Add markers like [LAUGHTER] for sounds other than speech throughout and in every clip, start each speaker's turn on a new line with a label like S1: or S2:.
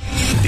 S1: The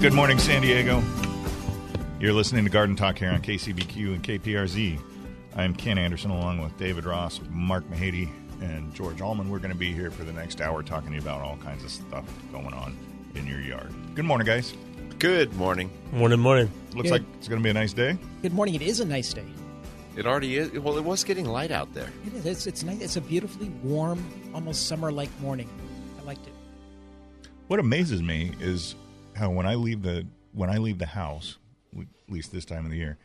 S2: Good morning, San Diego. You're listening to Garden Talk here on KCBQ and KPRZ. I'm Ken Anderson along with David Ross, Mark Mahady, and George Allman. We're going to be here for the next hour talking to you about all kinds of stuff going on in your yard. Good morning, guys.
S3: Good morning.
S4: Morning, morning.
S2: Looks
S5: Good.
S2: like it's going to be a nice day.
S5: Good morning. It is a nice day.
S3: It already is. Well, it was getting light out there.
S5: It is. It's, it's nice. It's a beautifully warm, almost summer-like morning. I liked it.
S2: What amazes me is how when I leave the when I leave the house, w- at least this time of the year,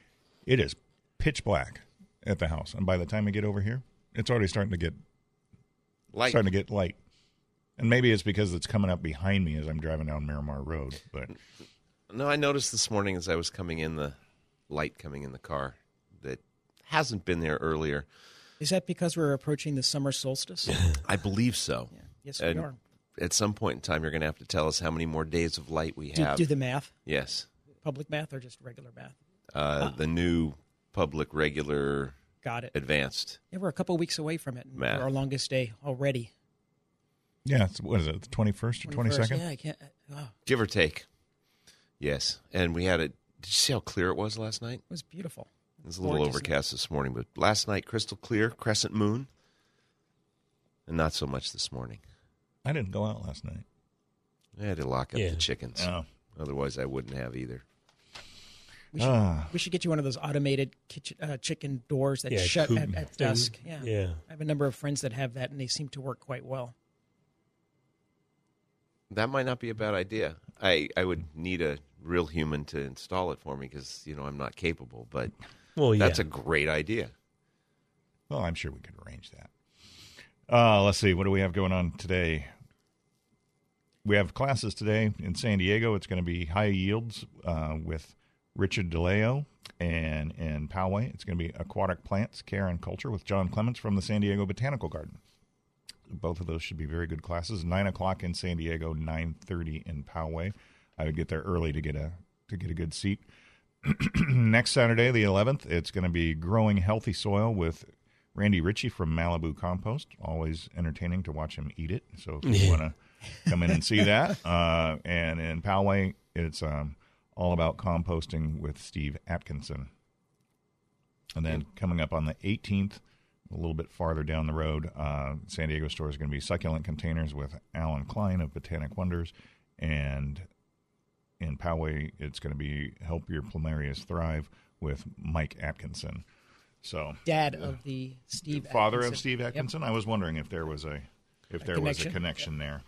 S2: it is pitch black at the house, and by the time I get over here, it's already starting to get
S3: Light.
S2: starting to get light. And maybe it's because it's coming up behind me as I'm driving down Miramar Road. But
S3: No, I noticed this morning as I was coming in the light coming in the car that hasn't been there earlier.
S5: Is that because we're approaching the summer solstice?
S3: I believe so.
S5: Yes,
S3: And
S5: we are.
S3: At some point in time, you're going to have to tell us how many more days of light we
S5: Do,
S3: have.
S5: do the math,
S3: yes,
S5: public math or just regular math?
S3: uh,
S5: Ah.
S3: the new public regular
S5: Got it.
S3: advanced.
S5: Yeah, we're a couple weeks away from it. and
S3: Math.
S5: We're our longest day already.
S2: yeah, it's, what is it? The twenty first or twenty
S5: 21st.
S2: second?
S5: Yeah, I can't. Oh, it
S3: Give or take. Yes, and we had it. Did you see how clear it was last night?
S5: was beautiful.
S3: It was a little
S5: Gorgeous.
S3: overcast this morning, but last night crystal clear, crescent moon, and not so much this morning.
S2: I didn't go out last night.
S3: I had to lock up
S4: Yeah.
S3: the chickens.
S2: Oh.
S3: Otherwise, I wouldn't have either.
S5: We should,
S2: Ah.
S5: we should get you one of those automated kitchen, uh, chicken doors that
S4: Yeah,
S5: shut
S4: coop Mm.
S5: at, at
S4: thing.
S5: dusk. Yeah.
S4: Yeah.
S5: I have a number of friends that have that, and they seem to work quite well.
S3: That might not be a bad idea. I, I would need a real human to install it for me because you know I'm not capable. But
S4: Well, yeah.
S3: that's a great idea.
S2: Well, I'm sure we could arrange that. Uh, let's see. What do we have going on today? We have classes today in San Diego. It's going to be high yields uh, with Richard DeLeo. And in Poway, it's going to be aquatic plants, care, and culture with John Clements from the San Diego Botanical Garden. Both of those should be very good classes. Nine o'clock in San Diego, nine thirty in Poway. I would get there early to get a to get a good seat. Next Saturday, the eleventh, it's going to be growing healthy soil with Randy Ritchie from Malibu Compost. Always entertaining to watch him eat it. So if you want to come in and see that, uh, and in Poway, it's um, all about composting with Steve Atkinson. And then coming up on the 18th, a little bit farther down the road, uh, San Diego store is going to be succulent containers with Alan Klein of Botanic Wonders, and in Poway, it's going to be help your plumerias thrive with Mike Atkinson. So
S5: Dad of the Steve.
S2: father
S5: Atkinson.
S2: of Steve
S5: Yep.
S2: Atkinson. I was wondering if there was a if there was a
S5: connection.
S2: connection there.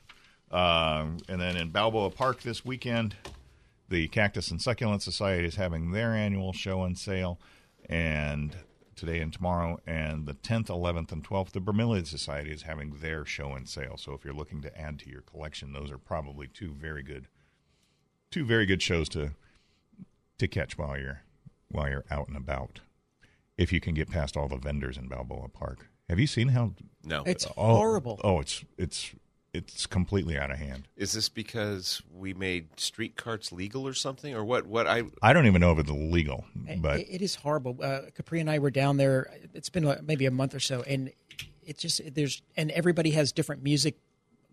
S2: Um, and then in Balboa Park this weekend, the Cactus and Succulent Society is having their annual show and sale, and today and tomorrow, and the 10th, 11th, and 12th, the Vermilion Society is having their show and sale. So if you're looking to add to your collection, those are probably two very good, two very good shows to to catch while you're while you're out and about. If you can get past all the vendors in Balboa Park, have you seen how
S3: No,
S5: It's
S2: oh,
S5: horrible.
S2: Oh, it's it's it's completely out of hand.
S3: is this because we made street carts legal or something, or what? What I
S2: I don't even know if it's legal,
S5: It-
S2: but
S5: Eh, it is horrible. Uh, Capri and I were down there. It's been like, maybe a month or so, and it just there's and everybody has different music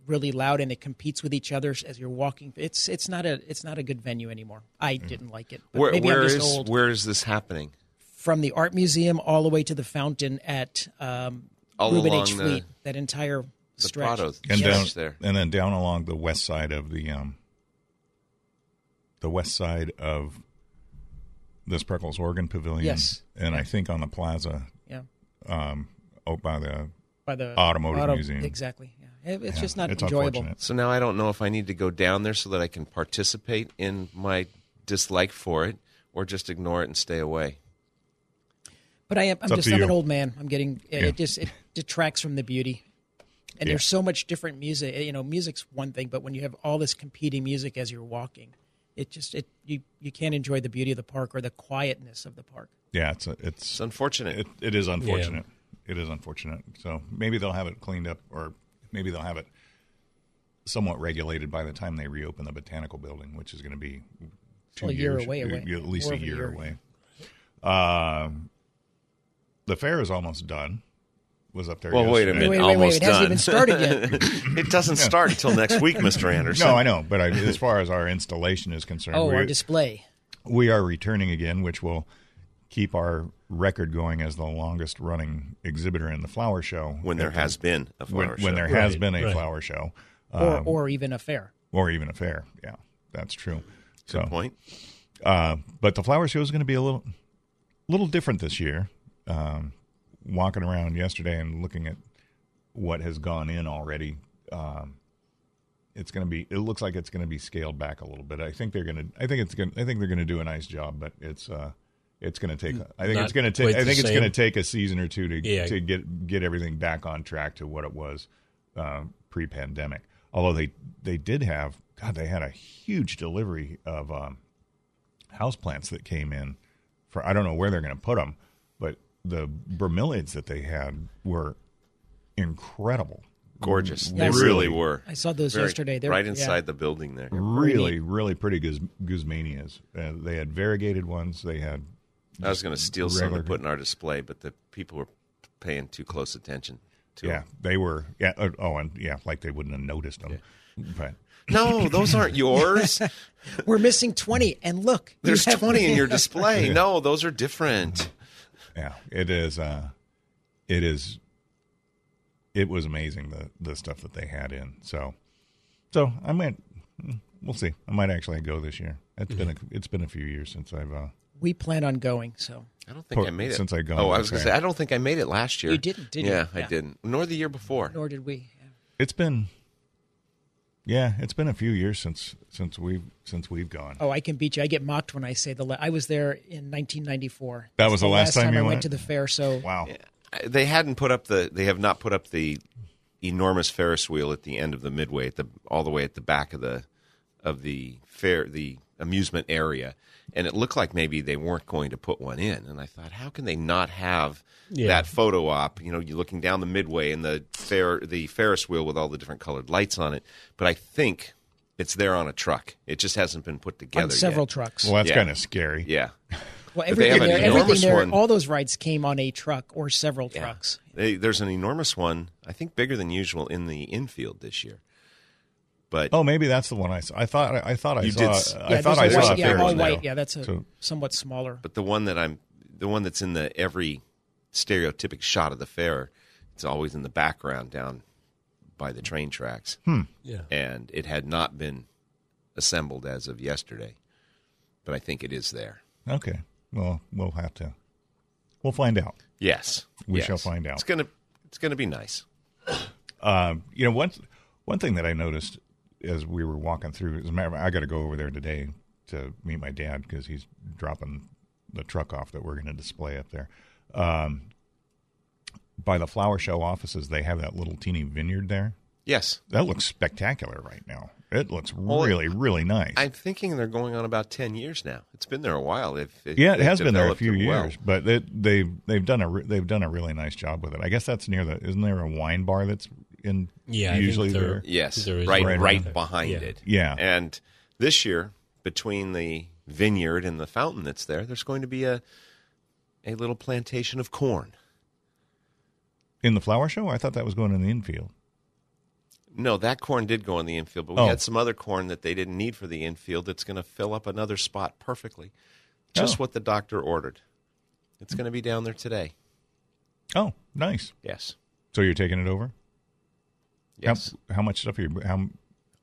S5: really loud and it competes with each other as you're walking. It's it's not a it's not a good venue anymore. I didn't like it. but
S3: Mm. Where,
S5: maybe
S3: where
S5: I'm just
S3: is
S5: old.
S3: where is this happening?
S5: From the art museum all the way to the fountain at um,
S3: All
S5: Reuben
S3: along
S5: H.
S3: the-
S5: Fleet. That entire
S3: The
S5: stretch.
S3: Prado
S2: and
S5: Yes.
S2: down
S3: stretch there.
S2: and then down along the west side of the um the west side of this Preckles Organ Pavilion.
S5: Yes.
S2: And I think on the plaza
S5: Yeah.
S2: um out by the
S5: By the
S2: Automotive Museum.
S5: Exactly. Yeah. It- it's
S2: yeah,
S5: just not
S2: it's
S5: enjoyable.
S2: Unfortunate.
S3: So now I don't know if I need to go down there so that I can participate in my dislike for it or just ignore it and stay away.
S5: But I am, I'm
S2: up
S5: just
S2: to
S5: I'm
S2: you.
S5: an old man. I'm getting
S2: Yeah.
S5: it just it detracts from the beauty. And
S2: Yeah.
S5: there's so much different music. You know, music's one thing, but when you have all this competing music as you're walking, it just it you you can't enjoy the beauty of the park or the quietness of the park.
S2: Yeah, it's a, it's
S3: It's unfortunate.
S2: it, it is unfortunate. It is unfortunate. So maybe they'll have it cleaned up or maybe they'll have it somewhat regulated by the time they reopen the botanical building, which is going to be two
S5: Well, a year
S2: years,
S5: away, away.
S2: at least
S5: More
S2: a
S5: of a
S2: year,
S5: year.
S2: away. Um, the fair is almost done. Was up there.
S3: Well, wait a
S2: yesterday.
S3: It minute.
S5: wait, wait, wait!
S3: almost
S5: It hasn't
S3: done.
S5: even started yet.
S3: [LAUGHS] It doesn't start until next week, Mr. Anderson.
S2: No, I know, but I, as far as our installation is concerned,
S5: oh, our
S2: we're-
S5: display.
S2: we are returning again, which will keep our record going as the longest running exhibitor in the flower show.
S3: when there has been a flower
S2: when,
S3: show.
S2: when there has been a flower show
S5: Or,
S2: Um,
S5: or even a fair.
S2: or even a fair. Yeah, that's true. So,
S3: point.
S2: uh, but the flower show is going to be a little, little different this year. Um, walking around yesterday and looking at what has gone in already, um, it's going to be. It looks like it's going to be scaled back a little bit. I think they're going to. I think it's going. I think they're going to do a nice job, but it's. Uh, it's going to take. I think
S4: Not
S2: it's going to take.
S4: quite
S2: I
S4: the
S2: think it's
S4: same.
S2: going to take a season or two to
S4: Yeah.
S2: to get get everything back on track to what it was uh, pre pandemic. Although they they did have God, they had a huge delivery of um, houseplants that came in for I don't know where they're going to put them, but the bromeliads that they had were incredible.
S3: Gorgeous.
S2: Mm,
S5: Yeah, I
S3: They
S5: see.
S3: really were.
S5: I saw those
S3: Very-
S5: yesterday. They're
S3: right
S5: yeah.
S3: inside the building there.
S2: Mm. Really, really pretty guz- guzmanias. Uh, they had variegated ones. They had
S3: I was going to steal some
S2: regular-
S3: and put in our display, but the people were paying too close attention to
S2: yeah,
S3: them.
S2: they were yeah. uh, Oh, and yeah, like they wouldn't have noticed them. But
S3: No, those aren't
S5: [LAUGHS]
S3: yours.
S5: We're missing twenty, and look, you
S3: There's
S5: have-
S3: 20
S5: [LAUGHS]
S3: in your display. No, those are different.
S2: yeah, it is. Uh, it is. It was amazing the the stuff that they had in. So, so I might. mm, We'll see. I might actually go this year. It's been a, it's been a few years since I've. Uh,
S5: We plan on going, so
S3: I don't think
S2: Poor-
S3: I made it.
S2: since I gone,
S3: oh, I was going
S2: that's
S3: to say,
S2: right.
S3: I don't think I made it last year.
S5: You didn't, did you?
S3: yeah, I
S5: Yeah.
S3: didn't. Nor the year before.
S5: nor did we. Yeah.
S2: it's been. Yeah, it's been a few years since since we've since we've gone.
S5: Oh, I can beat you. I get mocked when I say the. La- I was there in 1994.
S2: That
S5: It's
S2: was the last time you
S5: I went
S2: went?
S5: to the fair. So
S2: Wow.
S3: I- They hadn't put up the, they have not put up the enormous Ferris wheel at the end of the midway, at the, all the way at the back of the, of the fair, the amusement area. And it looked like maybe they weren't going to put one in. And I thought, how can they not have
S4: Yeah.
S3: that photo op? You know, you're looking down the midway and the fair, the Ferris wheel with all the different colored lights on it. But I think it's there on a truck. It just hasn't been put together
S5: on several
S3: yet.
S5: trucks.
S2: Well, that's
S3: Yeah.
S2: kind of scary.
S3: Yeah.
S5: well,
S3: but they have
S5: everything
S3: an
S5: there,
S3: enormous
S5: everything there,
S3: one.
S5: all those rides came on a truck or several
S3: Yeah.
S5: trucks.
S3: They, there's an enormous one, I think bigger than usual, in the infield this year. But
S2: Oh, maybe that's the one I saw. I thought I thought I
S3: You
S2: saw.
S3: did s-
S2: I thought I
S5: there's a
S2: saw.
S5: white,
S2: a
S5: yeah,
S2: Ferris
S5: all
S2: wheel.
S5: white. Yeah, that's a
S2: So-
S5: somewhat smaller.
S3: but the one that I'm, the one that's in the every stereotypic shot of the fair, it's always in the background down by the train tracks,
S2: Hmm.
S4: Yeah.
S3: and it had not been assembled as of yesterday, but I think it is there.
S2: Okay. Well, we'll have to. We'll find out.
S3: Yes,
S2: We
S3: Yes.
S2: shall find out.
S3: It's gonna, it's gonna be nice.
S2: Um, you know, one one thing that I noticed as we were walking through, as a matter of, I got to go over there today to meet my dad because he's dropping the truck off that we're going to display up there. Um, by the flower show offices, they have that little teeny vineyard there.
S3: Yes,
S2: That looks spectacular right now. It looks
S3: Well,
S2: really, really nice.
S3: I'm thinking they're going on about ten years now. It's been there a while. If
S2: yeah, it has been there a few years, but it, they've they've done a re- they've done a really nice job with it. I guess that's near the isn't there a wine bar that's in
S4: Yeah, I think
S2: usually
S4: there-
S2: there
S3: Yes,
S4: There
S3: right,
S4: is
S2: one
S3: right,
S2: right
S4: there.
S3: behind
S4: Yeah.
S3: it.
S2: Yeah.
S3: And this year, between the vineyard and the fountain that's there, there's going to be a a little plantation of corn.
S2: in the flower show? I thought that was going in the infield.
S3: No, that corn did go in the infield, but we
S2: Oh.
S3: had some other corn that they didn't need for the infield that's going to fill up another spot perfectly. Just
S2: Oh.
S3: what the doctor ordered. It's going to be down there today.
S2: Oh, nice.
S3: Yes.
S2: So you're taking it over? How-
S3: Yes.
S2: How, much stuff are you? How,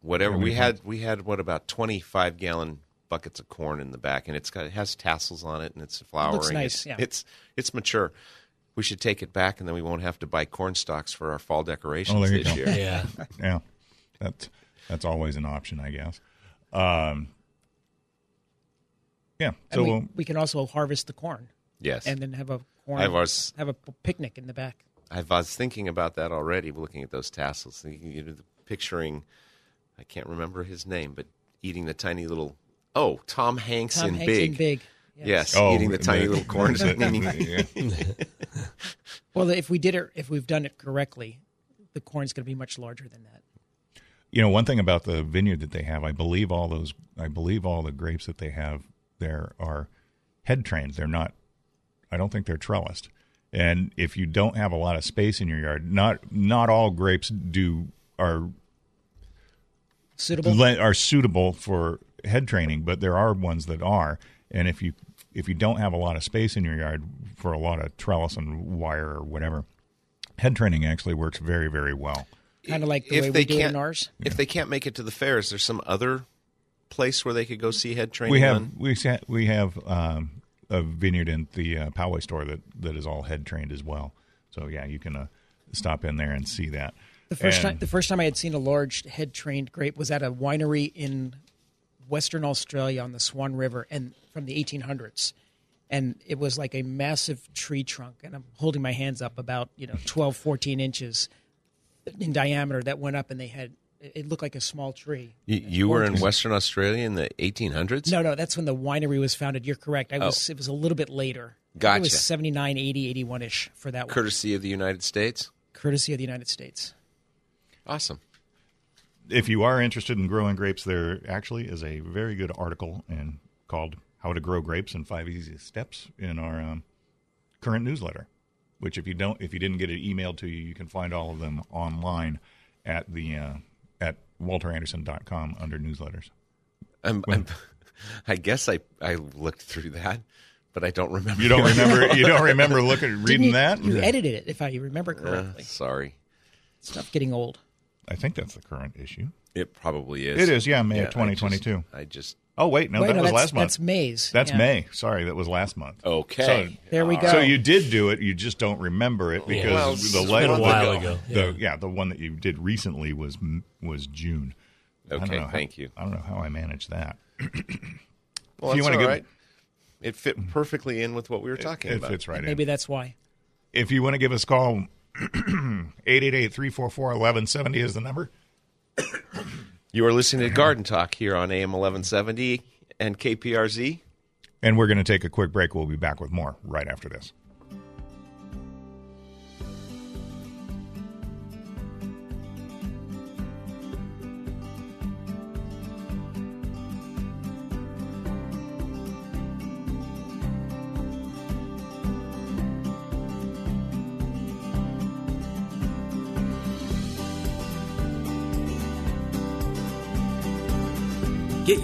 S3: Whatever
S2: How many
S3: we had, we had what about twenty-five gallon buckets of corn in the back, and it's got it has tassels on it, and it's flowering.
S5: nice,
S3: it's,
S5: yeah.
S3: it's it's mature. We should take it back, and then we won't have to buy corn stalks for our fall decorations
S2: Oh, there you
S3: this
S2: go.
S3: year.
S4: [LAUGHS]
S2: [LAUGHS]
S4: Yeah.
S2: yeah, that's that's always an option, I guess. Um, yeah. So
S5: and we,
S2: we'll-
S5: we can also harvest the corn
S3: Yes,
S5: and then have a corn
S3: I was
S5: have a p- picnic in the back.
S3: I was thinking about that already, looking at those tassels, thinking, you know, picturing. I can't remember his name, but eating the tiny little. Oh, Tom Hanks
S5: Tom
S3: in
S5: Hanks
S3: Big.
S5: in big.
S3: Yes,
S2: Oh,
S3: eating the
S2: [LAUGHS]
S3: tiny little corn. [LAUGHS]
S2: the- yeah.
S5: Well, if we did it, if we've done it correctly, the corn's going to be much larger than that.
S2: You know, one thing about the vineyard that they have, I believe all those, I believe all the grapes that they have there are head trained. They're not, I don't think they're trellised. And if you don't have a lot of space in your yard, not not all grapes do are
S5: Suitable.
S2: le- are suitable for head training, but there are ones that are. And if you if you don't have a lot of space in your yard for a lot of trellis and wire or whatever, head training actually works very very well.
S5: Kind of like the
S3: if
S5: way we
S3: they
S5: do it in
S3: can't-
S5: ours.
S3: If they can't make it to the fairs, there's some other place where they could go see head training.
S2: we have
S3: on?
S2: we sa- we have um, a vineyard in the uh, Poway store that that is all head trained as well. So yeah, you can uh, stop in there and see that.
S5: The first
S2: And-
S5: time, the first time I had seen a large head trained grape was at a winery in Western Australia on the Swan River, and from the 1800s, and it was like a massive tree trunk, and I'm holding my hands up about you know 12, 14 inches in diameter that went up, and they had it looked like a small tree.
S3: You, you were in Western Australia in the 1800s.
S5: No, no, that's when the winery was founded. You're correct. I was
S2: Oh.
S5: it was a little bit later. I think It
S3: Gotcha.
S5: was 79, 80, 81ish for that one.
S3: courtesy of the United States.
S5: courtesy of the United States.
S3: Awesome.
S2: if you are interested in growing grapes, there actually is a very good article and called "How to Grow Grapes in Five Easy Steps" in our um, current newsletter. Which, if you don't, if you didn't get it emailed to you, you can find all of them online at the uh, at walteranderson.com under newsletters.
S3: I'm, I'm, [LAUGHS] I guess I, I looked through that, but I don't remember.
S2: You
S5: [LAUGHS]
S2: don't remember? You don't remember looking
S5: Didn't
S2: reading
S5: you,
S2: that? Uh.
S5: you edited it, if I remember correctly.
S3: [LAUGHS] Sorry.
S5: Stuff getting old.
S2: I think that's the current issue.
S3: It probably is.
S2: It is, yeah, May
S3: Yeah, I
S2: of
S3: just-
S2: 2022.
S3: I just.
S2: oh wait, no,
S5: Wait,
S2: that
S5: no,
S2: was
S5: that's,
S2: last month.
S5: That's May's.
S2: That's
S5: Yeah.
S2: May. Sorry, that was last month.
S3: Okay.
S2: So-
S5: There we go.
S2: So you did do it. You just don't remember it because
S3: Well, it's
S2: the
S3: been
S2: late
S3: a
S4: while
S2: the,
S4: ago,
S2: the- yeah, the one that you did recently was was June. I don't
S3: Okay,
S2: know how-
S3: thank you.
S2: I don't know how I managed that.
S3: well,
S2: if you
S3: that's
S2: wanna
S3: all
S2: give- Mm-hmm.
S3: right. It fit perfectly in with what we were talking
S2: It
S3: about.
S2: fits right in.
S5: Maybe that's why.
S2: If you want to give us a call, [CLEARS THROAT] 888-344-1170 is the number.
S3: You are listening
S2: [CLEARS THROAT]
S3: to Garden Talk here on AM 1170 and KPRZ.
S2: And we're going to take a quick break. We'll be back with more right after this.
S6: Get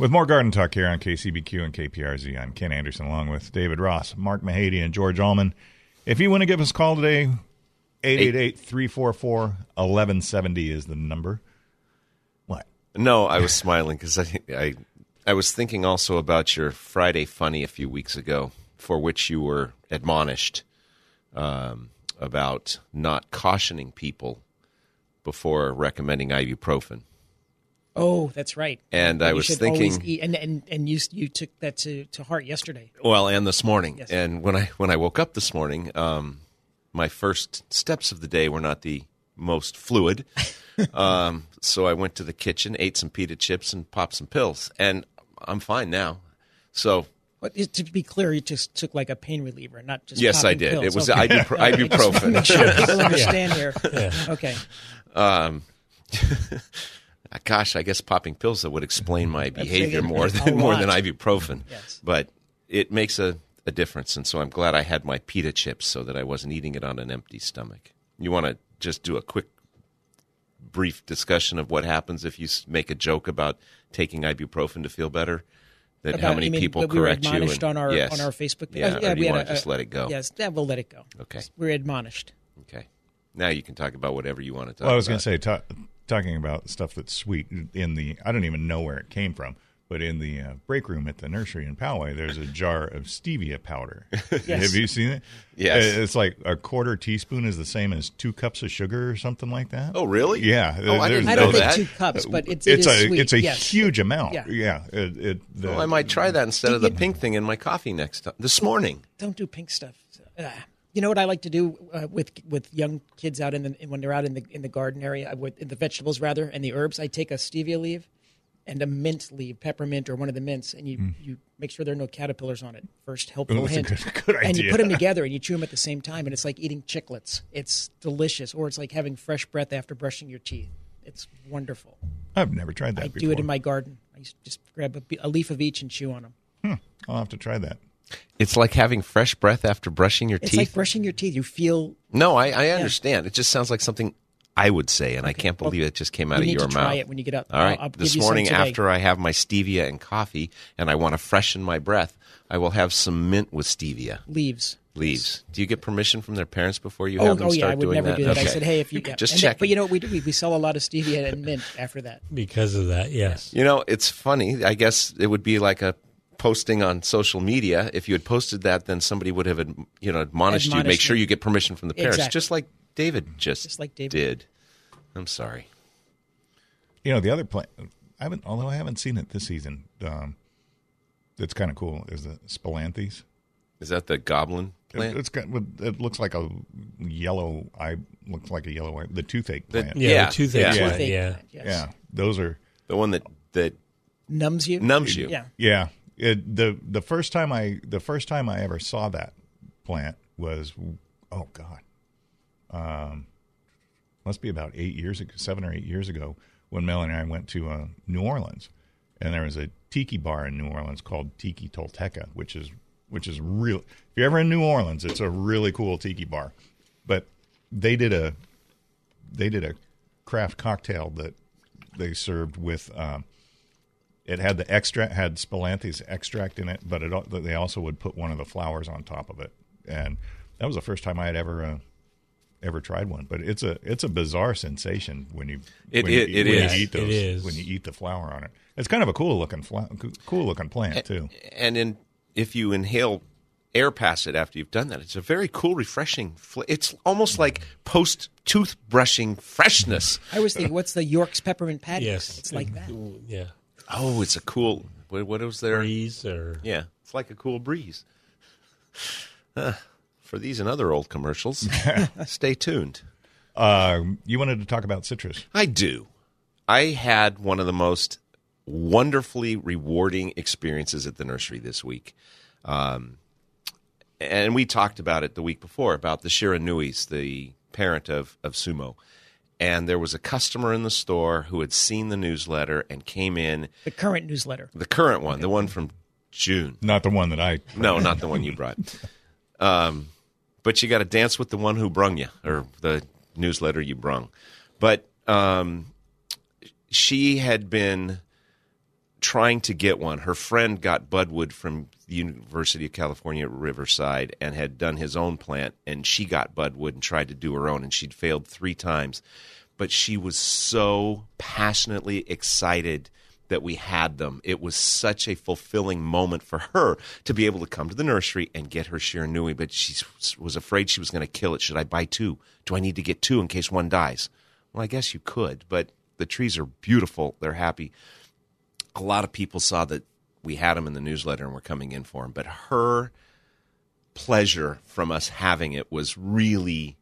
S2: with more Garden Talk here on KCBQ and KPRZ. I'm Ken Anderson along with David Ross, Mark Mahady, and George Allman. If you want to give us a call today, 888 344 1170 is the number. What?
S3: No, I was smiling because I, I, I was thinking also about your Friday funny a few weeks ago, for which you were admonished um, about not cautioning people before recommending ibuprofen.
S5: Oh, that's right.
S3: And I
S5: You
S3: was
S5: should
S3: thinking-
S5: always eat- and and and you you took that to to heart yesterday.
S3: Well, and this morning,
S5: Yes.
S3: and when I when I woke up this morning, um, my first steps of the day were not the most [LAUGHS] fluid. um, so I went to the kitchen, ate some pita chips, and popped some pills, and I'm fine now. So
S5: But it- to be clear, you just took like a pain reliever, not just
S3: yes, I
S5: popping
S3: did.
S5: pills.
S3: It was
S5: Okay.
S3: ibup-
S5: [LAUGHS]
S3: ibuprofen.
S5: Make sure people understand here. Okay,
S3: Um, [LAUGHS] Gosh, I guess popping pills that would explain
S5: [LAUGHS]
S3: my behavior
S5: it-
S3: more
S5: a
S3: than more than
S5: lot.
S3: ibuprofen.
S5: Yes.
S3: But it makes a, a difference, and so I'm glad I had my pita chips so that I wasn't eating it on an empty stomach. You want to just do a quick, brief discussion of what happens if you s- make a joke about taking ibuprofen to feel better. That how
S5: About-
S3: many
S5: you mean
S3: people
S5: that we were
S3: correct you?
S5: admonished
S3: and-
S5: on our
S3: yes.
S5: on our Facebook page.
S3: Yeah,
S5: Oh,
S3: or do
S5: we
S3: you
S5: had
S3: want
S5: a-
S3: to just let it go?
S5: Yes, yeah, we'll let it go.
S3: Okay.
S5: we were admonished.
S3: Okay. Now you can talk about whatever you want to talk.
S2: Well, I was going
S3: about.
S2: to say, ta talking about stuff that's sweet in the, I don't even know where it came from, but in the uh, break room at the nursery in Poway, there's a jar of stevia powder. Have you seen it?
S3: Yes.
S2: Uh, It's like a quarter teaspoon is the same as two cups of sugar or something like that.
S3: Oh, uh, really?
S2: Yeah.
S3: Oh,
S2: There's-
S3: I didn't
S5: I
S3: know
S5: don't think
S3: that.
S5: two cups, but it's
S2: it's
S5: it is
S2: a
S5: sweet.
S2: it's a
S5: yes.
S2: huge amount.
S5: Yeah.
S2: It, it, the,
S3: Well, I might try that instead of the pink thing in my coffee next time. This morning.
S5: don't do pink stuff. Uh, you know what I like to do uh, with with young kids out in the when they're out in the in the garden area I would in the vegetables rather and the herbs. I take a stevia leaf and a mint leaf, peppermint or one of the mints, and you you make sure there are no caterpillars on it. First helpful
S2: Hmm. Ooh, that's a
S5: hint.
S2: good- good
S5: And you
S2: idea.
S5: put
S2: [LAUGHS]
S5: them together and you chew them at the same time, and it's like eating chiclets. It's delicious, or it's like having fresh breath after brushing your teeth. It's wonderful.
S2: I've never tried that
S5: I
S2: before.
S5: do it in my garden. I used to just grab a, a leaf of each and chew on them.
S2: I'll have to try that.
S3: It's like having fresh breath after brushing your
S5: It's
S3: teeth.
S5: like brushing your teeth. You feel
S3: no, I, I understand. It just sounds like something I would say, and I can't believe it just came out
S5: you
S3: of
S5: need
S3: your
S5: to
S3: mouth.
S5: try it when you get up.
S3: All right.
S5: I'll- I'll
S3: this
S5: give you some
S3: morning,
S5: today.
S3: after I have my stevia and coffee, and I want to freshen my breath, I will have some mint with stevia
S5: leaves.
S3: leaves. Do you get permission from their parents before you
S5: Oh,
S3: have them
S5: oh
S3: start
S5: yeah, I would
S3: doing
S5: never
S3: that?
S5: do that. I
S3: Okay.
S5: said, hey, if
S3: [LAUGHS]
S5: you yeah.
S3: just
S5: And that-
S3: check.
S5: but you know what we do? We, we sell a lot of stevia and
S3: [LAUGHS]
S5: mint after that.
S4: because of that. Yes.
S3: You know, it's funny. I guess it would be like a posting on social media. If you had posted that, then somebody would have, ad- you know, admonished, you. Make
S5: Admonished
S3: sure
S5: me.
S3: you get permission from the parents,
S5: Exactly.
S3: just like David just,
S5: Just like David.
S3: did. I'm sorry.
S2: You know, the other plant, I haven't, although I haven't seen it this season, um, that's kind of cool is the Spilanthes.
S3: Is that the goblin
S2: It,
S3: plant?
S2: it's got, it looks like a yellow, I looks like a yellow, eye- the toothache
S3: The-
S2: plant.
S4: Yeah.
S3: Yeah,
S4: The toothache.
S3: yeah.
S4: plant,
S5: Toothache
S4: yeah.
S5: plant, yes.
S2: Yeah. Those are,
S3: the one that that
S5: Numbs you.
S3: numbs you.
S5: Yeah.
S2: yeah. It, the, the first time I, the first time I ever saw that plant was, oh God, Um, must be about eight years ago, seven or eight years ago, when Mel and I went to uh, New Orleans, and there was a tiki bar in New Orleans called Tiki Tolteca, which is which is real. If you're ever in New Orleans, it's a really cool tiki bar. But they did a they did a craft cocktail that they served with. Um, it had the extract had Spilanthes extract in it, but it al- they also would put one of the flowers on top of it, and that was the first time I had ever. Uh, ever tried one, but it's a it's a bizarre sensation when you
S3: It-
S2: when you-
S3: it- it
S2: when
S3: is.
S2: you eat
S4: It
S2: those
S4: is.
S2: when you eat the flower on it. It's kind of a cool looking fla- cool looking plant too.
S3: And in if you inhale air past it after you've done that, it's a very cool, refreshing. Fl- it's almost like post toothbrushing freshness.
S5: I always think, what's the York's peppermint patty?
S4: Yes.
S5: It's like that.
S4: Yeah.
S3: Oh, it's a cool. What, what was there?
S4: Breeze or
S3: Yeah, it's like a cool breeze. Huh. for these and other old [LAUGHS] commercials, stay tuned.
S2: Um, you wanted to talk about citrus.
S3: I do. I had one of the most wonderfully rewarding experiences at the nursery this week. Um, and we talked about it the week before about the Shiranuis, the parent of, of Sumo. And there was a customer in the store who had seen the newsletter and came in,
S5: The current newsletter.
S3: the current one, the one from June.
S2: Not the one that I
S3: No, not the one you brought. Um, but you got to dance with the one who brung you, or the newsletter you brung. But um, she had been trying to get one. Her friend got Budwood from the University of California at Riverside and had done his own plant, and she got Budwood and tried to do her own, and she'd failed three times. But she was so passionately excited that we had them. It was such a fulfilling moment for her to be able to come to the nursery and get her Shiranui, but she s- was afraid she was going to kill it. Should I buy two? Do I need to get two in case one dies? Well, I guess you could, but the trees are beautiful. They're happy a lot of people saw that we had him in the newsletter and were coming in for him, but her pleasure from us having it was really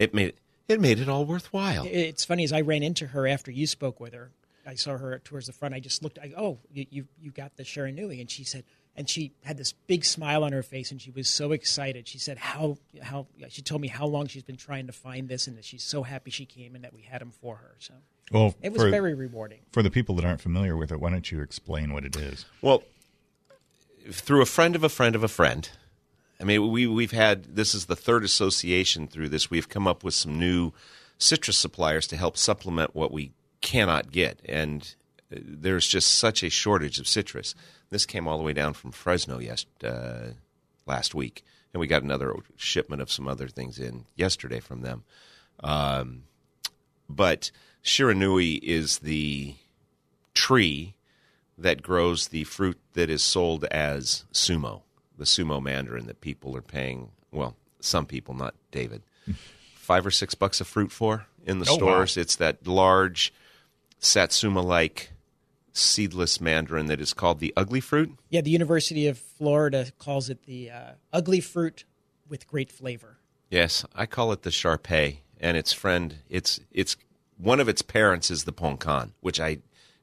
S3: it made it It made it all worthwhile.
S5: It's funny as I ran into her after you spoke with her. I saw her towards the front. I just looked. I oh, you you, you got the Sharon Nui, and she said, and she had this big smile on her face, and she was so excited. She said how how she told me how long she's been trying to find this, and that she's so happy she came, and that we had him for her. So
S2: Well,
S5: it was
S2: for,
S5: very rewarding.
S2: for the people that aren't familiar with it, why don't you explain what it is?
S3: Well, through a friend of a friend of a friend. I mean, we we've had this is the third association through this. We've come up with some new citrus suppliers to help supplement what we cannot get, and uh, there's just such a shortage of citrus. This came all the way down from Fresno yes uh, last week, and we got another shipment of some other things in yesterday from them. Um, but Shiranui is the tree that grows the fruit that is sold as sumo, the sumo mandarin that people are paying. Well, some people, not
S2: [LAUGHS]
S3: David, five or six bucks a fruit for in the
S2: Oh, wow.
S3: stores. It's that large satsuma-like seedless mandarin that is called the ugly fruit.
S5: Yeah, the University of Florida calls it the uh, ugly fruit with great flavor.
S3: Yes, I call it the Sharpei, and its friend, its its one of its parents is the Ponkan, which I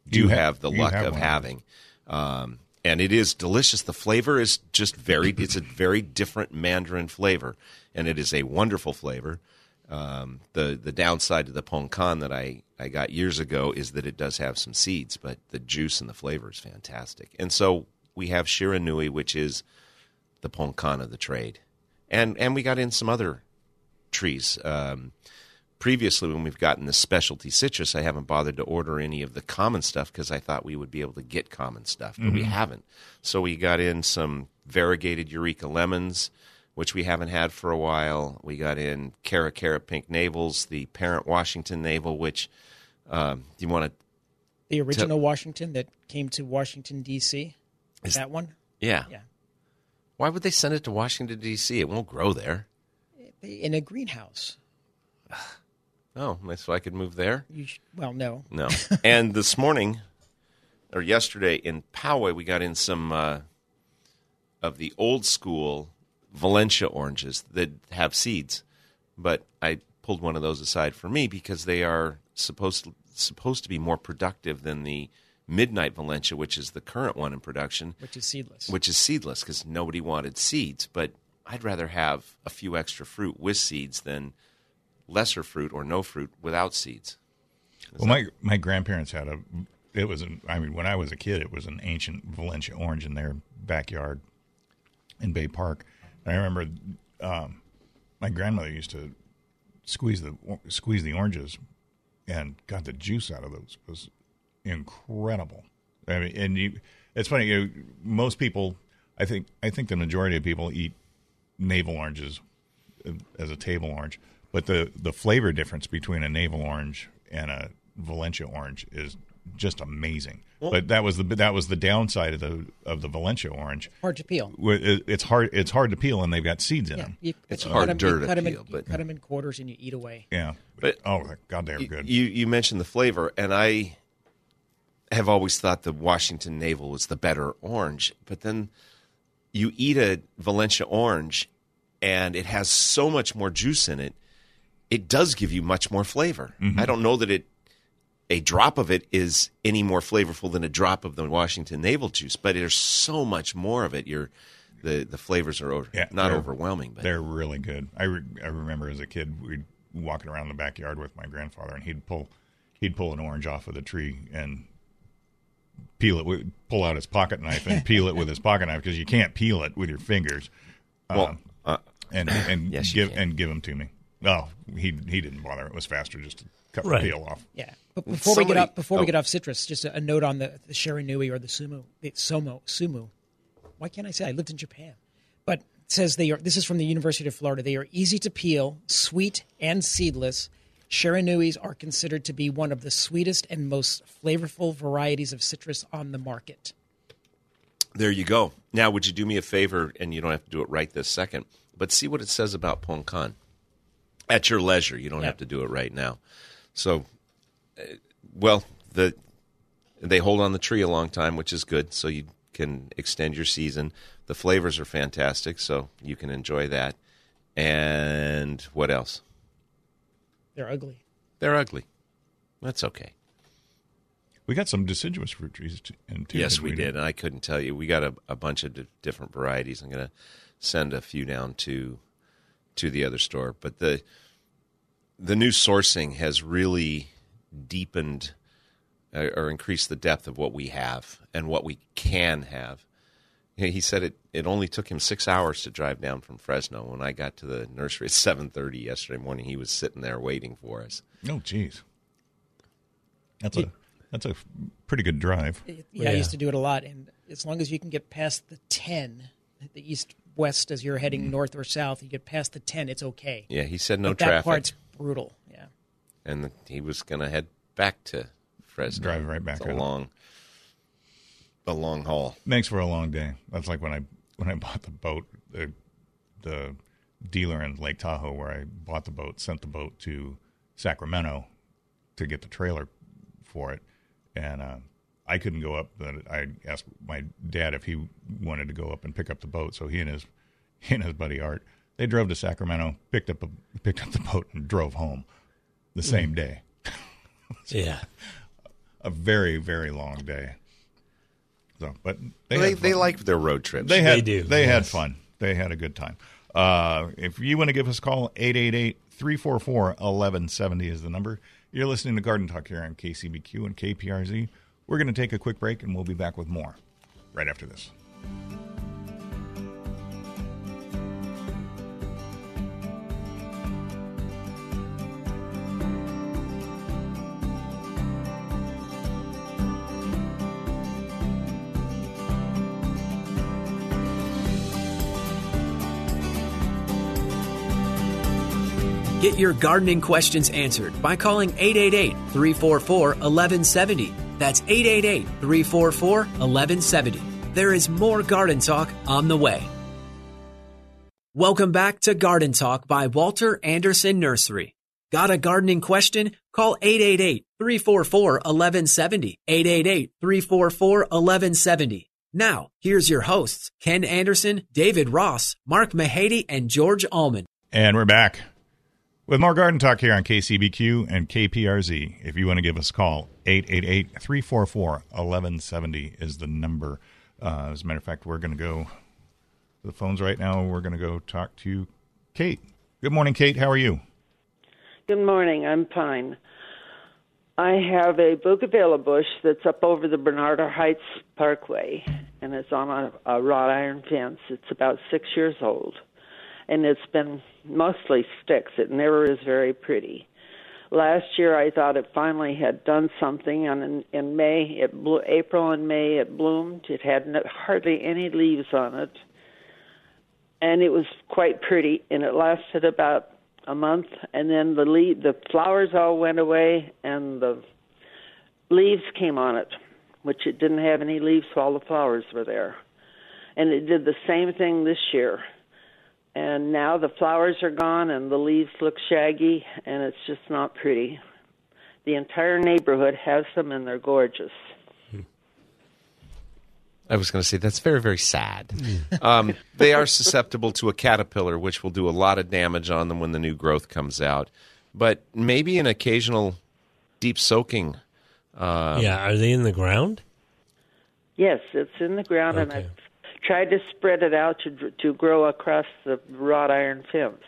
S3: do
S2: You ha-
S3: have the
S2: you
S3: luck
S2: have
S3: of
S2: one of
S3: having. Um, and it is delicious. The flavor is just very. It's a very different Mandarin flavor, and it is a wonderful flavor. Um, the the downside to the Ponkan that I I got years ago is that it does have some seeds, but the juice and the flavor is fantastic. And so we have Shiranui, which is the Ponkan of the trade, and and we got in some other trees. Um, previously, when we've gotten the specialty citrus, I haven't bothered to order any of the common stuff because I thought we would be able to get common stuff, but we haven't. So we got in some variegated Eureka lemons, which we haven't had for a while. We got in Cara Cara pink navels, the parent Washington navel, which um, you want to.
S5: The original Washington that came to Washington D.C. Is that one?
S3: Yeah.
S5: Yeah.
S3: Why would they send it to Washington, D.C.? It won't grow there.
S5: In a greenhouse.
S3: Oh, so I could move there?
S5: You sh- well, no.
S3: No. and this morning, or yesterday in Poway, we got in some uh, of the old school Valencia oranges that have seeds, but I pulled one of those aside for me because they are supposed to, supposed to be more productive than the Midnight Valencia, which is the current one in production,
S5: which is seedless.
S3: which is seedless because nobody wanted seeds. But I'd rather have a few extra fruit with seeds than lesser fruit or no fruit without seeds.
S2: Well, my my grandparents had a. It was an. I mean, when I was a kid, it was an ancient Valencia orange in their backyard in Bay Park. And I remember um, my grandmother used to squeeze the squeeze the oranges, and got the juice out of those was incredible. I mean, and you. It's funny. You most people, I think, I think the majority of people eat navel oranges as a table orange, but the the flavor difference between a navel orange and a Valencia orange is just amazing. but that was the that was the downside of the of the Valencia orange.
S5: Hard to peel.
S2: Where it- It's hard it's hard to peel, and they've got seeds in
S5: Yeah,
S2: them.
S5: you-
S3: It's
S5: you
S3: hard
S5: cut 'em-
S3: dirt
S5: you
S3: to
S5: cut 'em in,
S3: peel,
S5: you
S3: but-
S5: cut 'em in quarters and you eat away.
S2: Yeah,
S3: But-
S2: oh god, they're good.
S3: You you mentioned the flavor, and I have always thought the Washington navel was the better orange. But then you eat a Valencia orange, and it has so much more juice in it. It does give you much more flavor.
S2: Mm-hmm.
S3: I don't know that it a drop of it is any more flavorful than a drop of the Washington navel juice, but there's so much more of it. You're the, the flavors are over,
S2: Yeah,
S3: not
S2: they're-
S3: overwhelming, but
S2: They're really good. I, re- I remember as a kid, we'd walking around the backyard with my grandfather, and he'd pull he'd pull an orange off of the tree and peel it. with- Pull out his pocket knife and peel it with his pocket knife because you can't peel it with your fingers. Um,
S3: well, uh,
S2: And and
S3: [CLEARS THROAT] Yes, you
S2: give
S3: can.
S2: and give them to me. Oh, he he didn't bother. It was faster just to cut
S4: Right.
S2: the peel off.
S5: Yeah, but before we
S3: somebody-
S5: get off before
S3: oh.
S5: we get off citrus, just a, a note on the, the Sharanui or the sumo, the somo sumu. Why can't I say I lived in Japan? But it says they are. This is from the University of Florida. They are easy to peel, sweet, and seedless. Sharanuis are considered to be one of the sweetest and most flavorful varieties of citrus on the market.
S3: There you go. Now, would you do me a favor, and you don't have to do it right this second, but see what it says about Ponkan at your leisure. You don't have to do it right now. So, uh, well, the they hold on the tree a long time, which is good. So you can extend your season. The flavors are fantastic, so you can enjoy that. And what else?
S7: They're ugly.
S3: They're ugly. That's okay.
S2: We got some deciduous fruit trees t- in too.
S3: yes,
S2: didn't
S3: we did, and I couldn't tell you. We got a, a bunch of di- different varieties. I'm going to send a few down to to the other store, but the the new sourcing has really deepened uh, or increased the depth of what we have and what we can have. He he said it, it only took him six hours to drive down from Fresno. When I got to the nursery at seven thirty yesterday morning, he was sitting there waiting for us.
S2: Oh, geez. That's a that's a pretty good drive.
S7: It- yeah, I
S4: Yeah.
S7: used to do it a lot, and as long as you can get past the ten, the east west as you're heading north or south, you get past the ten, it's okay.
S3: Mm-hmm. Yeah, he said no
S7: but
S3: traffic,
S7: that part's brutal. Yeah,
S3: and th- he was going to head back to Fresno.
S2: Drive right back
S3: It's a
S2: out.
S3: long, the long haul.
S2: Makes for a long day. That's like when I when I bought the boat. The, the dealer in Lake Tahoe where I bought the boat sent the boat to Sacramento to get the trailer for it, and uh, I couldn't go up. But I asked my dad if he wanted to go up and pick up the boat. So he and his he and his buddy Art they drove to Sacramento, picked up a, picked up the boat, and drove home the same day.
S4: Yeah.
S2: A very very long day. So, but they
S3: They,
S2: had
S3: they
S2: fun.
S3: like their road trips.
S2: They had,
S4: They do,
S2: They had
S4: yes.
S2: fun. They had a good time. Uh, if you want to give us a call, 888-344-1170 is the number. You're listening to Garden Talk here on KCBQ and KPRZ. We're going to take a quick break, and we'll be back with more right after this.
S6: Get your gardening questions answered by calling 888 344 1170. That's 888 344 1170. There is more garden talk on the way. Welcome back to Garden Talk by Walter Anderson Nursery. Got a gardening question? Call 888 344 1170. 888 344 1170. Now, here's your hosts Ken Anderson, David Ross, Mark Mahady, and George Allman.
S2: And we're back with more garden talk here on KCBQ and KPRZ. If you want to give us a call, 888 344 1170 is the number. Uh, as a matter of fact, we're going to go to the phones right now. We're going to go talk to Kate. Good morning, Kate. How are you?
S5: Good morning. I'm fine. I have a bougainvillea bush that's up over the Bernardo Heights Parkway, and it's on a, a wrought iron fence. It's about six years old, and it's been mostly sticks. It never is very pretty. Last year, I thought it finally had done something, and in, in May, it blew, April and May, it bloomed. It had no, hardly any leaves on it, and it was quite pretty and it lasted about a month and then the le- the flowers all went away and the leaves came on it which it didn't have any leaves while the flowers were there and it did the same thing this year and now the flowers are gone and the leaves look shaggy and it's just not pretty the entire neighborhood has them and they're gorgeous
S3: I was going to say that's very very sad. um, they are susceptible to a caterpillar, which will do a lot of damage on them when the new growth comes out. But maybe an occasional deep soaking.
S2: Um,
S4: yeah. Are they in the ground?
S5: Yes, it's in the ground, and
S4: Okay.
S5: I've tried to spread it out to dr- to grow across the wrought iron fence.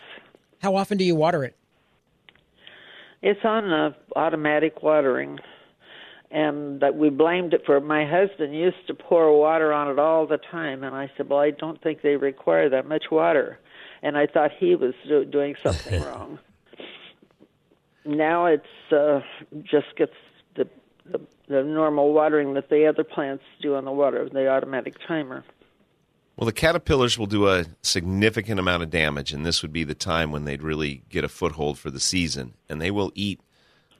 S7: how often do you water it?
S5: It's on a automatic watering, and that we blamed it for. My husband used to pour water on it all the time, and I said, "Well, I don't think they require that much water," and I thought he was do- doing something wrong. Now it's uh, just gets the, the the normal watering that the other plants do on the water, the automatic timer.
S3: Well, the caterpillars will do a significant amount of damage, and this would be the time when they'd really get a foothold for the season, and they will eat